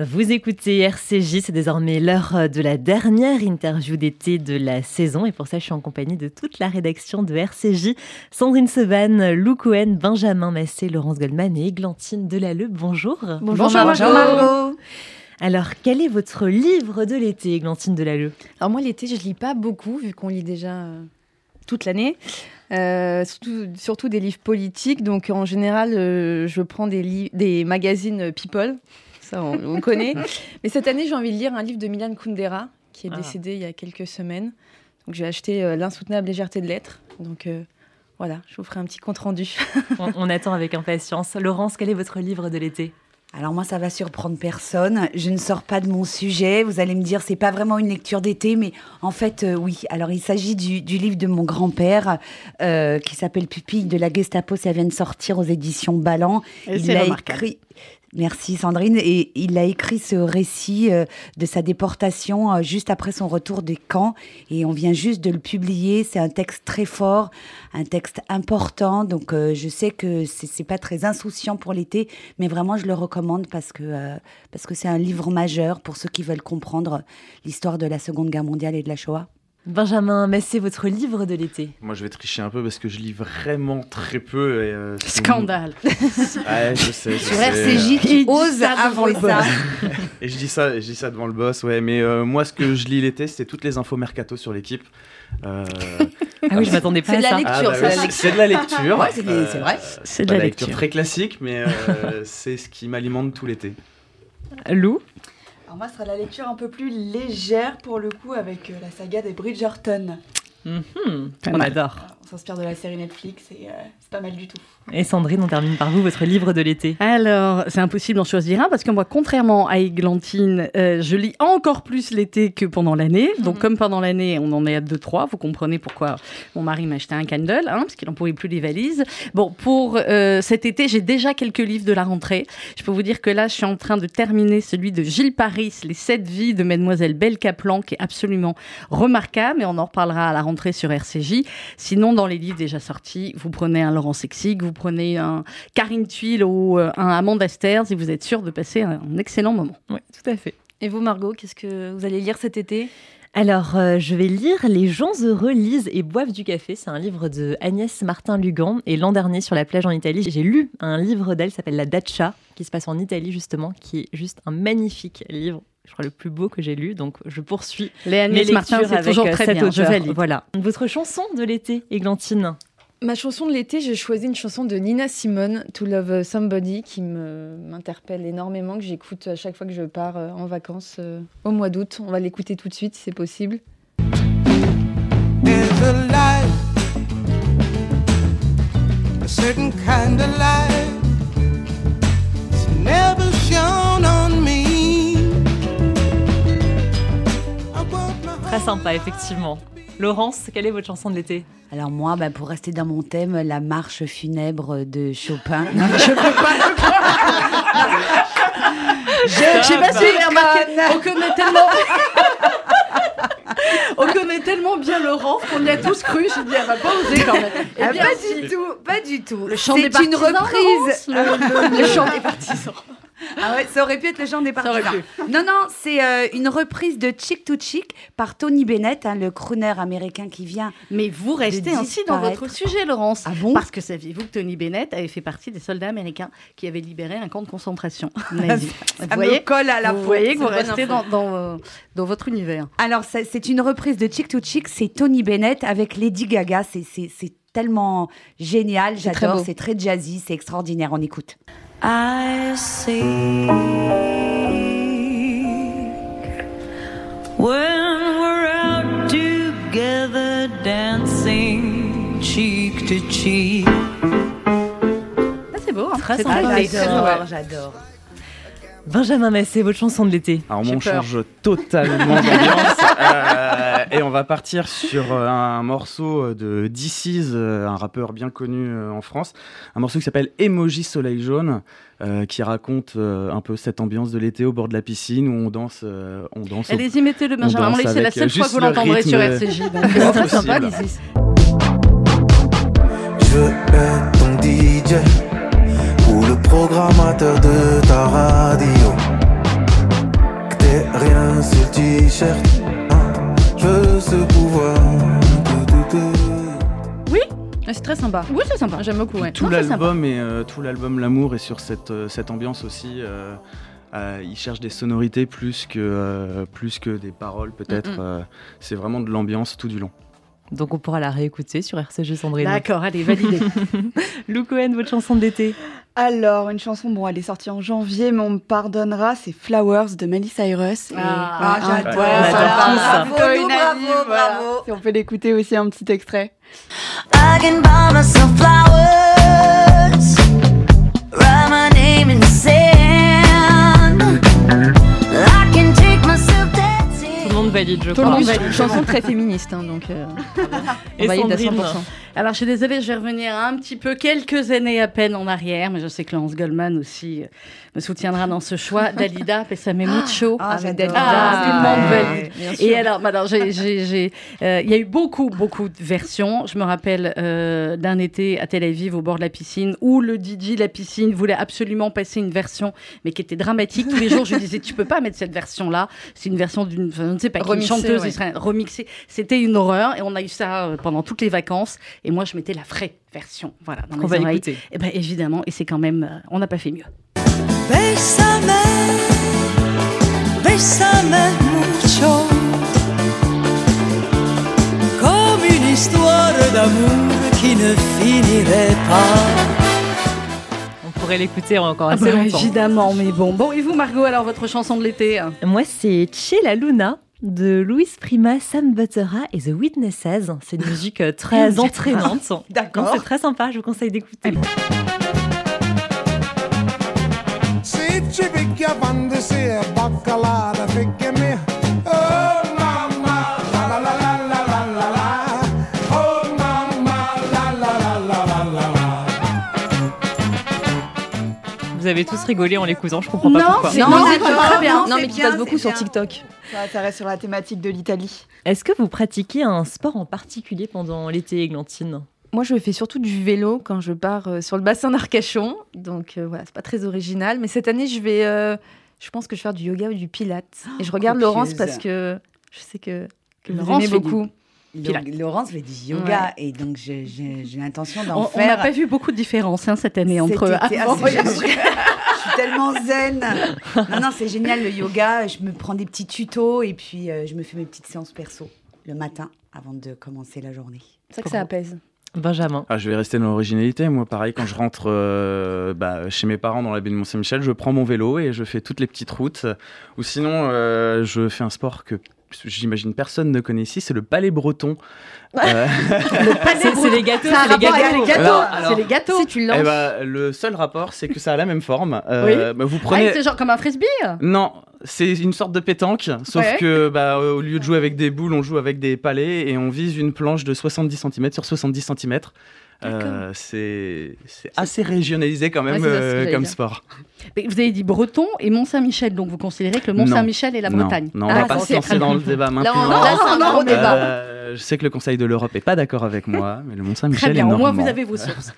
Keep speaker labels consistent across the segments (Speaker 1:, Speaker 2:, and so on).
Speaker 1: Vous écoutez RCJ, c'est désormais l'heure euh, de la dernière interview d'été de la saison. Et pour ça, je suis en compagnie de toute la rédaction de RCJ. Sandrine Seban, Lou Cohen, Benjamin Massé, Laurence Goldman et Églantine Delalleux. Bonjour.
Speaker 2: Bonjour, Bonjour Margot.
Speaker 1: Alors, quel est votre livre de l'été, Églantine Delalleux
Speaker 2: Alors moi, l'été, je lis pas beaucoup, vu qu'on lit déjà euh, toute l'année. Euh, surtout, surtout, des livres politiques. Donc, en général, euh, je prends des, des magazines People ça on, on connaît. Mais cette année, j'ai envie de lire un livre de Milan Kundera, qui est ah. décédé il y a quelques semaines. Donc j'ai acheté euh, L'insoutenable légèreté de l'être. Donc euh, voilà, je vous ferai un petit compte rendu.
Speaker 1: on, on, attend avec impatience. Laurence, quel est votre livre de l'été
Speaker 3: alors moi ça va surprendre personne, je ne sors pas de mon sujet, vous allez me dire c'est pas vraiment une lecture d'été mais en fait euh, oui, alors il s'agit du, du, livre de mon grand-père euh, qui s'appelle Pupille de la Gestapo, ça vient de sortir aux éditions Ballant.
Speaker 2: Et il a écrit
Speaker 3: Merci Sandrine. Et il a écrit ce récit euh, de sa déportation euh, juste après son retour des camps. Et on vient juste de le publier. C'est un texte très fort, un texte important. Donc euh, je sais que c'est pas très insouciant pour l'été, mais vraiment je le recommande parce que euh, parce que c'est un livre majeur pour ceux qui veulent comprendre l'histoire de la Seconde Guerre mondiale et de la Shoah.
Speaker 1: Benjamin Massé, votre livre de l'été
Speaker 4: Moi, je vais tricher un peu parce que je lis vraiment très peu. Et, euh,
Speaker 2: Scandale
Speaker 4: ouais, je sais. Je
Speaker 3: Sur RCJ, tu oses avant ça.
Speaker 4: et je dis ça, je dis ça devant le boss, ouais. Mais euh, moi, ce que je lis l'été, c'était toutes les infos mercato sur l'équipe.
Speaker 1: Euh... Ah oui, je m'attendais pas
Speaker 2: à
Speaker 1: ça.
Speaker 2: Ah, bah,
Speaker 4: oui, c'est de la lecture.
Speaker 3: Ouais, c'est vrai.
Speaker 4: Ah, C'est de la, la lecture. lecture. très classique, mais euh, c'est ce qui m'alimente tout l'été.
Speaker 1: Lou
Speaker 5: alors moi, ce sera la lecture un peu plus légère pour le coup avec euh, la saga des Bridgerton.
Speaker 1: Mm -hmm, on adore. Alors,
Speaker 5: on s'inspire de la série Netflix et euh, c'est pas mal du tout.
Speaker 1: Et Sandrine, on termine par vous, votre livre de l'été.
Speaker 2: Alors, c'est impossible d'en choisir un parce que moi, contrairement à Églantine, euh, je lis encore plus l'été que pendant l'année. Donc, mm -hmm. comme pendant l'année, on en est à 2-3, vous comprenez pourquoi mon mari m'a acheté un candle, hein, parce qu'il n'en pouvait plus les valises. Bon, pour euh, cet été, j'ai déjà quelques livres de la rentrée. Je peux vous dire que là, je suis en train de terminer celui de Gilles Paris, Les 7 vies de Mademoiselle Belle Caplan, qui est absolument remarquable et on en reparlera à la rentrée sur RCJ. Sinon, dans les livres déjà sortis, vous prenez un Laurent Sexig, vous prenez un Karine Tuile ou euh, un Amanda Stairs et vous êtes sûr de passer un excellent moment.
Speaker 1: Oui, tout à fait.
Speaker 2: Et vous, Margot, qu'est-ce que vous allez lire cet été
Speaker 1: alors, euh, je vais lire Les gens heureux lisent et boivent du café. C'est un livre de Agnès Martin-Lugan. Et l'an dernier, sur la plage en Italie, j'ai lu un livre d'elle, s'appelle La Dacia, qui se passe en Italie, justement, qui est juste un magnifique livre je crois, le plus beau que j'ai lu. Donc, je poursuis
Speaker 2: les Années mes Martin,
Speaker 1: lectures avec euh,
Speaker 2: toujours très
Speaker 1: cette
Speaker 2: bien,
Speaker 1: auteur. Je valide. Voilà. Votre chanson de l'été, Églantine
Speaker 2: Ma chanson de l'été, j'ai choisi une chanson de Nina Simone, To Love Somebody, qui m'interpelle énormément, que j'écoute à chaque fois que je pars euh, en vacances au mois d'août. On va l'écouter tout de suite, si c'est possible. There's a life, a certain kind of life, it's never shown on me.
Speaker 1: Très sympa, effectivement. Laurence, quelle est votre chanson de l'été
Speaker 3: Alors moi, bah pour rester dans mon thème, la marche funèbre de Chopin.
Speaker 2: je peux pas. je ne sais pas si vous remarqué. Ah bah. On connaît tellement. On connaît tellement bien Laurent qu'on y a tous cru. J'ai dit, elle va pas oser quand même.
Speaker 3: Eh bien, pas si. du tout, pas du tout.
Speaker 2: Le chant des partisans.
Speaker 3: C'est une reprise.
Speaker 2: le, le, le chant des partisans.
Speaker 3: Ah ouais, ça aurait pu être le genre des partisans. Non, non, c'est euh, une reprise de Chick to Chick par Tony Bennett, hein, le crooner américain qui vient.
Speaker 2: Mais vous restez ainsi dans votre sujet, Laurence.
Speaker 3: Ah bon
Speaker 2: Parce que saviez-vous que Tony Bennett avait fait partie des soldats américains qui avaient libéré un camp de concentration nazi
Speaker 3: Vous voyez, colle à la
Speaker 2: vous voyez que vous restez dans, dans, dans, votre univers.
Speaker 3: Alors, c'est une reprise de Chick to Chick, c'est Tony Bennett avec Lady Gaga. C'est tellement génial, j'adore, c'est très jazzy, c'est extraordinaire, on écoute. I seek when we're out together dancing cheek to cheek.
Speaker 2: Ah, c'est beau, hein très sympa.
Speaker 3: J'adore, j'adore.
Speaker 1: Benjamin Massé, votre chanson de l'été.
Speaker 4: Alors, on change totalement d'ambiance. euh, et on va partir sur euh, un morceau euh, de DC's, un rappeur bien connu euh, en France. Un morceau qui s'appelle Emoji Soleil Jaune, euh, qui raconte euh, un peu cette ambiance de l'été au bord de la piscine où on danse. euh, on danse
Speaker 2: Allez-y, mettez-le, Benjamin. C'est la seule fois que vous l'entendrez sur RCJ. C'est très sympa, DC's.
Speaker 6: Je veux ton DJ ou le programmateur de ta radio. t-shirt. hein. Je veux ce pouvoir. de douter.
Speaker 2: Ah, C'est très sympa. Oui, c'est sympa. J'aime beaucoup. Ouais.
Speaker 4: Tout
Speaker 2: Non, c'est sympa.
Speaker 4: l'album et euh, tout l'album L'amour est sur cette, euh, cette ambiance aussi. euh, euh, il cherche des sonorités plus que, euh, plus que des paroles peut-être.
Speaker 2: Mm-mm.
Speaker 4: euh, c'est vraiment de l'ambiance tout du long.
Speaker 1: Donc on pourra la réécouter sur RCG Sandrine.
Speaker 2: D'accord, allez, validé.
Speaker 1: Lou Cohen, votre chanson d'été.
Speaker 5: Alors, une chanson, bon, elle est sortie en janvier, mais on me pardonnera, c'est Flowers de Miley Cyrus. Et-
Speaker 2: Ah,
Speaker 5: Ouais,
Speaker 3: j'adore.
Speaker 5: voilà,
Speaker 1: J'adore
Speaker 3: tout
Speaker 5: bravo,
Speaker 3: ça.
Speaker 5: Lou,
Speaker 3: Bravo,
Speaker 5: bravo,
Speaker 3: bravo.
Speaker 5: voilà. Si on peut l'écouter aussi un petit extrait.
Speaker 7: I can buy myself flowers, write my name in the sand. I can take myself
Speaker 1: Tout le
Speaker 7: dancing.
Speaker 1: monde valide, je
Speaker 8: Tout le
Speaker 1: crois.
Speaker 8: monde
Speaker 2: bah,
Speaker 8: va- une chanson très féministe, hein, donc euh, on
Speaker 1: Et
Speaker 8: valide à
Speaker 1: Sandrine
Speaker 8: 100%.
Speaker 2: Alors, je suis désolée, je vais revenir un petit peu quelques années à peine en arrière, mais je sais que Laurence Goldman aussi euh, me soutiendra dans ce choix. Dalida, Pessame Mucho.
Speaker 3: Ah,
Speaker 8: mais Dalida,
Speaker 3: j'adore.
Speaker 2: Ah, tout le monde
Speaker 8: ouais,
Speaker 2: valide.
Speaker 8: bien sûr.
Speaker 2: Et alors, bah, alors, j'ai- j'ai- j'ai, euh, il y a eu beaucoup, beaucoup de versions. Je me rappelle euh, d'un été à Tel Aviv, au bord de la piscine, où le DJ de la piscine voulait absolument passer une version, mais qui était dramatique. Tous les jours, je lui disais, tu peux pas mettre cette version-là. C'est une version d'une, enfin, je ne sais pas, une
Speaker 8: Remixée,
Speaker 2: chanteuse
Speaker 8: ouais.
Speaker 2: israélienne remixée. C'était une horreur, et on a eu ça euh, pendant toutes les vacances. Et moi, je mettais la vraie version, voilà, dans
Speaker 1: Qu'on
Speaker 2: mes
Speaker 1: va
Speaker 2: oreilles.
Speaker 1: écouter.
Speaker 2: Et ben, évidemment, et c'est quand même, euh, on n'a pas fait mieux.
Speaker 7: Bésame, bésame mucho. Comme une histoire d'amour qui ne finirait pas.
Speaker 1: On pourrait l'écouter encore assez
Speaker 2: Bah,
Speaker 1: Ah, longtemps.
Speaker 2: évidemment, mais bon. Bon, et vous, Margot, alors votre chanson de l'été hein
Speaker 1: Moi, c'est Chez la Luna de Louis Prima, Sam Buttera et The Witnesses. C'est une musique euh, très entraînante. Non,
Speaker 3: D'accord.
Speaker 1: C'est très sympa, je vous conseille d'écouter.
Speaker 6: Se ci picchia quando si è baccalà, picchia mia. Oh mamma, la la la la la la la la. Oh mamma, la la la la la la la.
Speaker 1: Vous avez tous rigolé en l'écoutant, je comprends pas
Speaker 2: Non,
Speaker 1: pourquoi.
Speaker 2: c'est- Non,
Speaker 8: Non,
Speaker 2: c'est
Speaker 8: c'est
Speaker 2: pas-
Speaker 8: très bien.
Speaker 3: Ah, non,
Speaker 8: Non,
Speaker 3: c'est
Speaker 8: mais qui
Speaker 3: bien,
Speaker 8: passe beaucoup
Speaker 3: c'est
Speaker 8: sur
Speaker 3: bien.
Speaker 8: TikTok.
Speaker 5: Ça, ça reste sur la thématique de l'Italie.
Speaker 1: Est-ce que vous pratiquez un sport en particulier pendant l'été, Églantine
Speaker 8: Moi, je fais surtout du vélo quand je pars euh, sur le bassin d'Arcachon. Donc euh, voilà, c'est pas très original. Mais cette année, je vais, euh, je pense que je vais faire du yoga ou du pilates. Et je regarde
Speaker 3: copieuse.
Speaker 8: Laurence parce que je sais que, que vous
Speaker 2: Laurence
Speaker 8: aimez
Speaker 2: fait du-
Speaker 8: beaucoup.
Speaker 2: Pilates.
Speaker 3: Donc, Laurence fait du yoga et donc je- je- j'ai l'intention d'en
Speaker 2: On on n'a
Speaker 3: faire.
Speaker 2: pas vu beaucoup de différences hein, cette année
Speaker 3: cet
Speaker 2: entre
Speaker 3: été. Ah,
Speaker 2: avant
Speaker 3: c'est
Speaker 2: et
Speaker 3: génial.
Speaker 2: après.
Speaker 3: Je suis tellement zen. Non, non, c'est génial le yoga. Je me prends des petits tutos et puis euh, je me fais mes petites séances perso le matin avant de commencer la journée.
Speaker 8: C'est ça que ça apaise.
Speaker 1: Benjamin.
Speaker 4: Ah, je vais rester dans l'originalité. Moi, pareil, quand je rentre euh, bah, chez mes parents dans la baie de Mont-Saint-Michel, je prends mon vélo et je fais toutes les petites routes. Ou sinon, euh, je fais un sport que j'imagine personne ne connaît ici, c'est le palais breton. Euh,
Speaker 1: C'est c'est les gâteaux,
Speaker 8: Ça a
Speaker 1: c'est les
Speaker 8: rapport avec
Speaker 1: gâteaux.
Speaker 8: les gâteaux.
Speaker 4: Alors, alors-
Speaker 8: C'est les gâteaux. Si tu
Speaker 4: eh
Speaker 8: lances.
Speaker 4: ben, le seul rapport, c'est que ça a la même forme. Euh, bah, vous
Speaker 2: Ah,
Speaker 4: prenez...
Speaker 2: c'est genre comme un frisbee
Speaker 4: Non, c'est une sorte de pétanque, sauf
Speaker 2: Ouais.
Speaker 4: que bah, au lieu de jouer avec des boules, on joue avec des palets et on vise une planche de 70 cm sur 70 cm. c'est c'est assez régionalisé quand même
Speaker 8: Ouais, c'est ça, ce que
Speaker 4: euh,
Speaker 8: j'allais
Speaker 4: comme
Speaker 8: dire.
Speaker 4: sport.
Speaker 2: Mais Vous avez dit breton et Mont-Saint-Michel, donc vous considérez que le
Speaker 4: Non.
Speaker 2: Mont-Saint-Michel est la
Speaker 4: non,
Speaker 2: montagne.
Speaker 4: non, on
Speaker 8: Ah,
Speaker 4: va pas
Speaker 8: ça,
Speaker 4: se lancer
Speaker 8: c'est-
Speaker 4: dans le débat
Speaker 8: Là,
Speaker 4: maintenant.
Speaker 8: on là, c'est un
Speaker 2: Non,
Speaker 8: gros
Speaker 2: non,
Speaker 8: débat.
Speaker 4: Euh, je sais que le Conseil de l'Europe est pas d'accord avec moi, mais le
Speaker 2: Très
Speaker 4: Mont-Saint-Michel est
Speaker 2: bien, au
Speaker 4: normand.
Speaker 2: moins vous avez vos sources.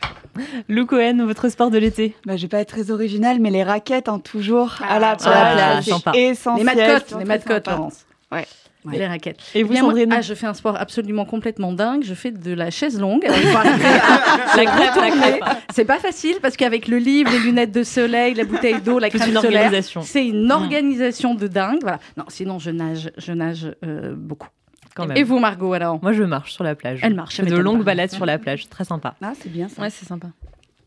Speaker 1: Lou Cohen, votre sport de l'été
Speaker 5: Bah, je vais pas être très originale, mais les raquettes, hein, toujours à la, sur
Speaker 1: ah,
Speaker 5: la plage,
Speaker 1: sympa.
Speaker 5: c'est
Speaker 2: Les
Speaker 5: essentiel.
Speaker 2: matcottes,
Speaker 5: c'est
Speaker 2: les
Speaker 5: très
Speaker 2: matcottes, hein.
Speaker 5: sympa.
Speaker 2: Laurence.
Speaker 5: Ouais.
Speaker 2: Et Les raquettes.
Speaker 1: Et
Speaker 2: Eh
Speaker 1: vous,
Speaker 2: bien, moi-
Speaker 1: Sandrine
Speaker 2: ah, je fais un sport absolument complètement dingue. Je fais de la chaise longue. Alors, il faut arrêter.
Speaker 1: La crêpe, la crêpe.
Speaker 2: c'est pas facile parce qu'avec le livre, les lunettes de soleil, la bouteille d'eau, la
Speaker 1: Toute
Speaker 2: crème
Speaker 1: une
Speaker 2: solaire,
Speaker 1: organisation.
Speaker 2: c'est une organisation de dingue. Voilà. Non, sinon je nage, je nage euh, beaucoup.
Speaker 1: Quand
Speaker 2: Et
Speaker 1: même.
Speaker 2: vous, Margot, alors
Speaker 1: Moi, je marche sur la plage.
Speaker 2: Elle marche,
Speaker 1: Je fais
Speaker 2: elle
Speaker 1: de
Speaker 2: m'étonne
Speaker 1: longues
Speaker 2: pas.
Speaker 1: balades sur la plage, très sympa.
Speaker 3: Ah, c'est bien ça.
Speaker 8: Ouais, c'est sympa.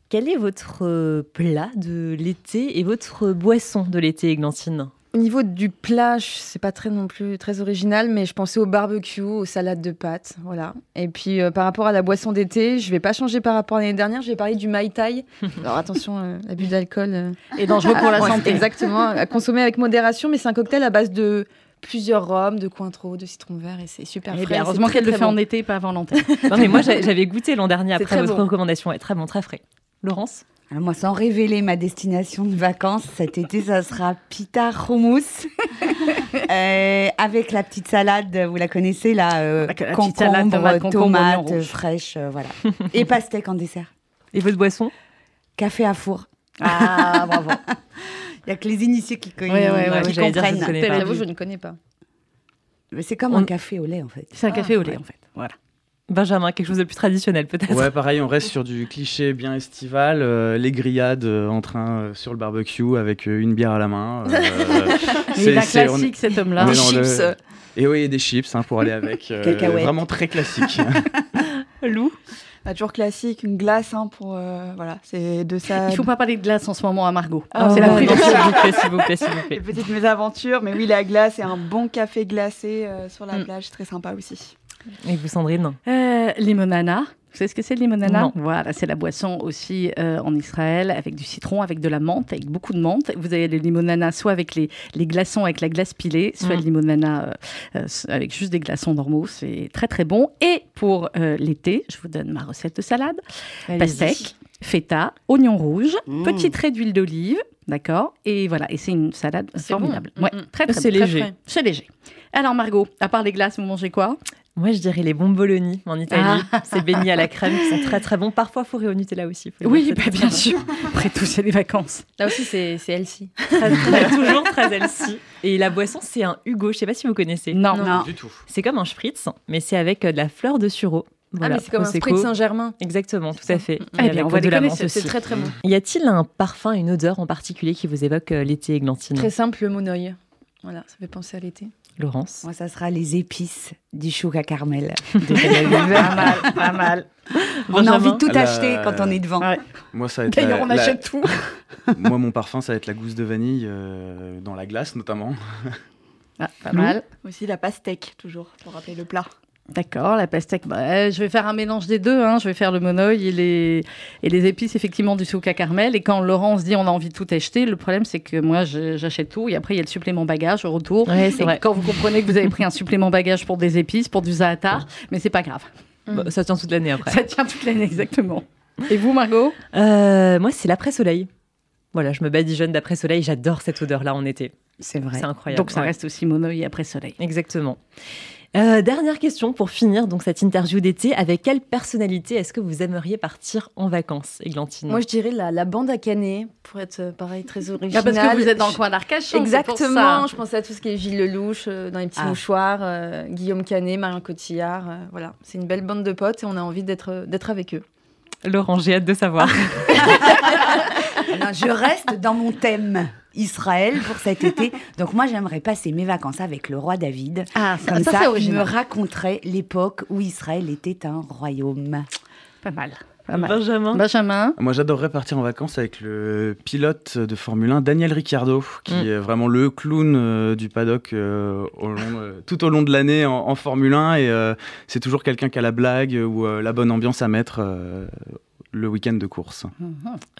Speaker 1: Quel est votre euh, plat de l'été et votre boisson de l'été, Églantine
Speaker 8: Au niveau du plat, je- c'est pas très non plus très original, mais je pensais au barbecue, aux salades de pâtes, voilà. Et puis euh, par rapport à la boisson d'été, je vais pas changer par rapport à l'année dernière. Je vais parler du mai tai. Alors attention, euh, l'abus d'alcool euh,
Speaker 2: Et
Speaker 1: Ah,
Speaker 2: dangereux pour la
Speaker 8: ouais,
Speaker 2: santé.
Speaker 8: Exactement, à consommer avec modération, mais c'est un cocktail à base de plusieurs rhums, de cointreau, de citron vert, et c'est super
Speaker 2: Eh
Speaker 8: frais.
Speaker 2: bien, heureusement
Speaker 8: c'est très,
Speaker 2: qu'elle le fait
Speaker 8: très bon.
Speaker 2: en été, pas avant l'antenne.
Speaker 1: Non, mais moi, j'a- j'avais goûté l'an dernier
Speaker 8: C'est
Speaker 1: après
Speaker 8: très
Speaker 1: votre
Speaker 8: bon.
Speaker 1: recommandation. Ouais, très bon, très frais. Laurence
Speaker 3: Alors moi, sans révéler ma destination de vacances, cet été, ça sera pita hummus Euh, avec la petite salade, vous la connaissez là, euh,
Speaker 2: Avec la petite
Speaker 3: concombre,
Speaker 2: salade, tomate, concombre,
Speaker 3: tomate,
Speaker 2: oignon rouge.
Speaker 3: fraîche, euh, voilà. Et pastèque en dessert.
Speaker 1: Et votre boisson
Speaker 3: Café à four.
Speaker 2: Ah, bravo.
Speaker 3: Il y a que les initiés qui, co-
Speaker 2: Ouais, ouais, ouais,
Speaker 3: qui
Speaker 1: j'allais dire, je
Speaker 3: comprennent.
Speaker 1: connais pas.
Speaker 8: J'avoue, je ne connais pas.
Speaker 3: Mais c'est comme
Speaker 1: On-
Speaker 3: un café au lait, en fait.
Speaker 2: C'est un café au lait, en fait. Voilà.
Speaker 1: Benjamin, quelque chose de plus traditionnel peut-être.
Speaker 4: Ouais, pareil, on reste sur du cliché bien estival, euh, les grillades euh, en train euh, sur le barbecue avec euh, une bière à la main. euh,
Speaker 2: Il est
Speaker 4: c'est-
Speaker 2: un
Speaker 4: c'est- on-
Speaker 2: classique, cet
Speaker 4: on
Speaker 2: homme-là.
Speaker 4: est dans le-
Speaker 8: Chips.
Speaker 4: Et oui, des chips hein, pour aller avec. euh,
Speaker 3: Cacahuètes.
Speaker 4: vraiment très classique.
Speaker 1: Lou
Speaker 5: Bah, toujours classique, une glace hein, pour. euh, voilà, c'est de ça.
Speaker 2: Il faut pas parler de glace en ce moment à Margot.
Speaker 5: Ah,
Speaker 2: c'est
Speaker 5: ouais,
Speaker 2: la
Speaker 5: non,
Speaker 2: privation.
Speaker 1: S'il vous plaît, s'il vous plaît, s'il vous plaît.
Speaker 5: Les petites mésaventures, mais oui, la glace et un bon café glacé euh, sur la
Speaker 1: Mm.
Speaker 5: plage, c'est très sympa aussi.
Speaker 1: Et vous, Sandrine
Speaker 2: Euh, limonana. Vous savez ce que c'est le limonana
Speaker 1: Non.
Speaker 2: Voilà, c'est la boisson aussi euh, en Israël avec du citron, avec de la menthe, avec beaucoup de menthe. Vous avez le limonana soit avec les, les glaçons, avec la glace pilée, soit
Speaker 1: Mm.
Speaker 2: le limonana euh, euh, s- avec juste des glaçons normaux. C'est très très bon. Et pour euh, l'été, je vous donne ma recette de salade pastèque, feta, oignon rouge,
Speaker 3: Mm.
Speaker 2: petite raie d'huile d'olive. D'accord Et voilà, et c'est une salade
Speaker 8: C'est
Speaker 2: formidable.
Speaker 8: bon.
Speaker 2: Ouais,
Speaker 8: Mm, mm.
Speaker 2: très, très
Speaker 1: C'est
Speaker 2: très
Speaker 1: léger.
Speaker 2: frais. C'est léger. Alors Margot, à part les glaces, vous mangez quoi
Speaker 1: Moi, je dirais les bomboloni en Italie. Ces beignets à la crème qui sont très très bons. Parfois fourrés au Nutella aussi. faut le
Speaker 2: Oui,
Speaker 1: dire,
Speaker 2: bah,
Speaker 1: Eh ben, c'est
Speaker 2: bien
Speaker 1: très
Speaker 2: sûr. Après tout, c'est les vacances.
Speaker 8: Là aussi, c'est c'est healthy.
Speaker 1: très, très- toujours très healthy. Et la boisson, c'est un Hugo. Je sais pas si vous connaissez.
Speaker 2: Non.
Speaker 3: Non.
Speaker 4: du tout.
Speaker 1: C'est comme un spritz, mais c'est avec euh, de la fleur de sureau. Voilà,
Speaker 8: ah, mais c'est comme un
Speaker 1: Prosecco.
Speaker 8: spray de Saint-Germain.
Speaker 1: Exactement, tout à fait. Et
Speaker 2: Eh
Speaker 1: avec
Speaker 2: bien, on va
Speaker 1: de la
Speaker 2: déconner,
Speaker 1: menthe
Speaker 2: c'est-
Speaker 1: aussi.
Speaker 8: C'est très très bon.
Speaker 1: Y a-t-il un parfum, une odeur en particulier qui vous évoque euh, l'été églantine
Speaker 8: Très simple, le monoï. Voilà, ça fait penser à l'été.
Speaker 1: Laurence.
Speaker 3: Moi, ça sera les épices du chouca carmel.
Speaker 2: pas mal, pas mal.
Speaker 3: On a envie de tout
Speaker 4: La-
Speaker 3: acheter quand on est devant.
Speaker 2: Ouais.
Speaker 4: Moi, ça va être
Speaker 2: D'ailleurs,
Speaker 4: la-
Speaker 2: on
Speaker 4: la-
Speaker 2: achète tout.
Speaker 4: Moi, mon parfum, ça va être la gousse de vanille euh, dans la glace, notamment.
Speaker 2: pas
Speaker 1: Lou.
Speaker 2: mal.
Speaker 5: Aussi la pastèque, toujours, pour rappeler le plat.
Speaker 2: D'accord, la pastèque. bah, euh, je vais faire un mélange des deux. hein. Je vais faire le monoï et les, et les épices, effectivement, du souka carmel. Et quand Laurence dit on a envie de tout acheter, le problème, c'est que moi, je- j'achète tout. Et après, il y a le supplément bagage au retour.
Speaker 1: Ouais, c'est
Speaker 2: Et
Speaker 1: vrai.
Speaker 2: Quand vous comprenez que vous avez pris un supplément bagage pour des épices, pour du zaatar, mais c'est pas grave.
Speaker 1: Bah, ça tient toute l'année après.
Speaker 2: Ça tient toute l'année, exactement. Et vous, Margot
Speaker 1: Euh, moi, c'est l'après-soleil. Voilà, je me badigeonne d'après-soleil. J'adore cette odeur-là en été.
Speaker 3: C'est vrai.
Speaker 1: C'est incroyable.
Speaker 2: Donc, ça
Speaker 1: Ouais.
Speaker 2: reste aussi monoï après soleil.
Speaker 1: Exactement. Euh, dernière question pour finir donc cette interview d'été. Avec quelle personnalité est-ce que vous aimeriez partir en vacances, Églantine
Speaker 8: Moi, je dirais la, la bande à canet, pour être euh, pareil, très
Speaker 2: Ah,
Speaker 8: original.
Speaker 2: parce que vous êtes dans le coin d'Arcachon. c'est pour ça.
Speaker 8: Exactement, je pensais à tout ce qui est Gilles Lelouch, euh, dans les petits
Speaker 3: Ah.
Speaker 8: mouchoirs, euh, Guillaume Canet, Marion Cotillard. euh, voilà, c'est une belle bande de potes et on a envie d'être euh, d'être avec eux.
Speaker 1: Laurent, j'ai hâte de savoir.
Speaker 3: Non, je reste dans mon thème Israël pour cet été. Donc moi, j'aimerais passer mes vacances avec le roi David.
Speaker 2: Ah, ça,
Speaker 3: Comme
Speaker 2: ça,
Speaker 3: ça,
Speaker 2: c'est
Speaker 3: il me
Speaker 2: original.
Speaker 3: raconterait l'époque où Israël était un royaume.
Speaker 2: Pas mal. Pas mal.
Speaker 1: Benjamin.
Speaker 2: Benjamin.
Speaker 4: Moi, j'adorerais partir en vacances avec le pilote de Formule 1, Daniel Ricciardo, qui
Speaker 1: Mm.
Speaker 4: est vraiment le clown euh, du paddock euh, au long, euh, tout au long de l'année en, en Formule 1. Et euh, c'est toujours quelqu'un qui a la blague euh, ou euh, la bonne ambiance à mettre euh, le week-end de course.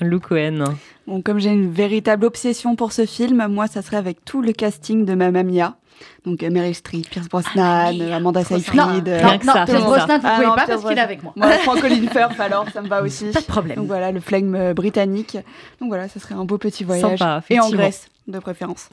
Speaker 1: Lou Cohen.
Speaker 5: Bon, comme j'ai une véritable obsession pour ce film, moi, ça serait avec tout le casting de ma mamia. Donc euh, Meryl Streep, Pierce Brosnan,
Speaker 2: Ah,
Speaker 5: euh, Amanda Seyfried. euh,
Speaker 1: Rien que ça.
Speaker 2: Pierce
Speaker 1: Comment
Speaker 2: Brosnan, vous
Speaker 5: Ah
Speaker 2: pouvez
Speaker 5: non,
Speaker 2: pas
Speaker 5: Pierce
Speaker 2: parce qu'il est
Speaker 5: Brosnan.
Speaker 2: avec moi.
Speaker 5: Moi, Francoline Firth, alors, ça me va aussi.
Speaker 2: Pas de problème.
Speaker 5: Donc voilà, le flegme euh, britannique. Donc voilà, ça serait un beau petit voyage.
Speaker 1: Sympa,
Speaker 5: Et en
Speaker 1: effectivement.
Speaker 5: Grèce, de préférence.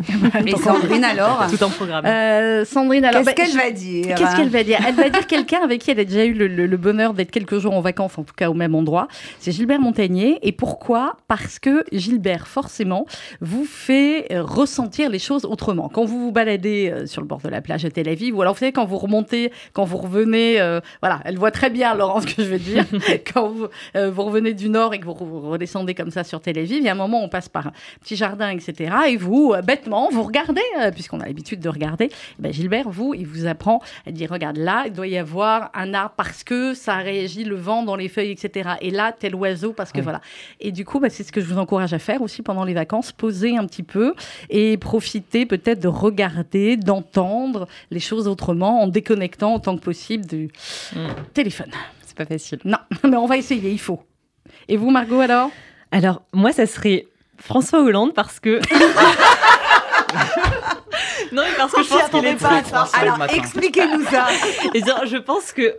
Speaker 3: Et Sandrine, alors
Speaker 1: Tout en programme.
Speaker 2: Euh, Sandrine, alors.
Speaker 3: Qu'est-ce
Speaker 2: Ah, bah,
Speaker 3: qu'elle va dire
Speaker 2: Qu'est-ce qu'elle va dire Elle va dire quelqu'un avec qui elle a déjà eu le, le- le bonheur d'être quelques jours en vacances, en tout cas au même endroit. C'est Gilbert Montagnier. Et pourquoi Parce que Gilbert, forcément, vous fait euh, ressentir les choses autrement. Quand vous vous baladez euh, sur le bord de la plage à Tel Aviv, ou alors vous savez, quand vous remontez, quand vous revenez, euh, voilà, elle voit très bien, Laurence, ce que je veux dire. quand vous, euh, vous revenez du nord et que vous re- vous redescendez comme ça sur Tel Aviv, il y a un moment, on passe par un petit jardin, etc. Et vous, euh, bêtement, vous regardez, euh, puisqu'on a l'habitude de regarder. Eh ben, Gilbert, vous, il vous apprend, elle dit, regarde là, il doit y avoir un arbre parce que ça réagit le vent dans les feuilles, etc. Et là, tel oiseau parce que voilà. Et du coup, bah, c'est ce que je vous encourage à faire aussi pendant les vacances, poser un petit peu et profiter peut-être de regarder, d'entendre les choses autrement en déconnectant autant que possible du
Speaker 1: Mm.
Speaker 2: téléphone.
Speaker 1: C'est pas facile.
Speaker 2: Non, mais on va essayer, il faut. Et vous, Margot, alors
Speaker 1: Alors, moi, ça serait François Hollande parce que. non, mais parce que je pense qu'il est
Speaker 4: pas ça.
Speaker 3: Alors, expliquez-nous ça.
Speaker 1: Et dire, je pense que.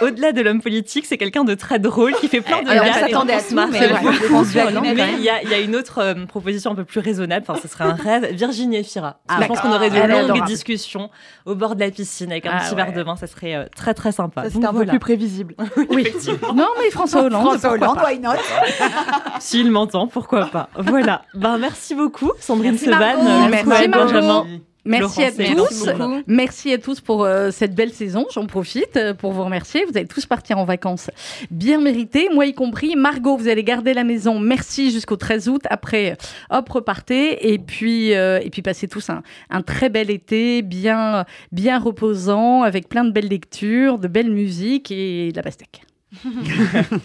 Speaker 1: Au-delà de l'homme politique, c'est quelqu'un de très drôle qui fait plein de
Speaker 8: Alors, on
Speaker 1: blagues et
Speaker 8: s'attendait à
Speaker 1: se
Speaker 8: tout,
Speaker 1: marre.
Speaker 8: mais
Speaker 1: C'est
Speaker 8: voilà.
Speaker 1: vrai.
Speaker 8: François
Speaker 1: Non,
Speaker 8: Hollande,
Speaker 1: mais
Speaker 8: quand même.
Speaker 1: il y, a- il y a une autre euh, proposition un peu plus raisonnable. Enfin, ce serait un rêve. Virginie Efira.
Speaker 2: Ah,
Speaker 1: je pense
Speaker 2: d'accord.
Speaker 1: qu'on aurait de
Speaker 2: Elle est
Speaker 1: longues
Speaker 2: adorable.
Speaker 1: discussions au bord de la piscine avec un
Speaker 2: Ah,
Speaker 1: petit
Speaker 2: ouais.
Speaker 1: verre de vin. Ça serait euh, très très sympa.
Speaker 2: Bah,
Speaker 1: Donc,
Speaker 5: Ça, c'était un peu
Speaker 1: voilà.
Speaker 5: plus prévisible.
Speaker 2: Oui. Non, mais François Hollande.
Speaker 3: François
Speaker 2: pourquoi
Speaker 3: Hollande,
Speaker 2: pas.
Speaker 3: why not
Speaker 1: S'il m'entend, pourquoi pas. Voilà. Ben merci beaucoup, Sandrine Euh, Seban. Lou
Speaker 2: Merci, Margot. Merci,
Speaker 1: Cohen,
Speaker 2: Margot.
Speaker 1: Benjamin.
Speaker 2: Merci
Speaker 1: Laurence,
Speaker 2: à
Speaker 1: merci
Speaker 2: tous.
Speaker 1: beaucoup.
Speaker 2: Merci à tous pour euh, cette belle saison. J'en profite euh, pour vous remercier. Vous allez tous partir en vacances. Bien mérité, moi y compris. Margot, vous allez garder la maison. Merci jusqu'au 13 août. Après, hop, repartez. Et puis, euh, et puis passez tous un, un très bel été, bien, bien reposant, avec plein de belles lectures, de belles musiques et de la pastèque.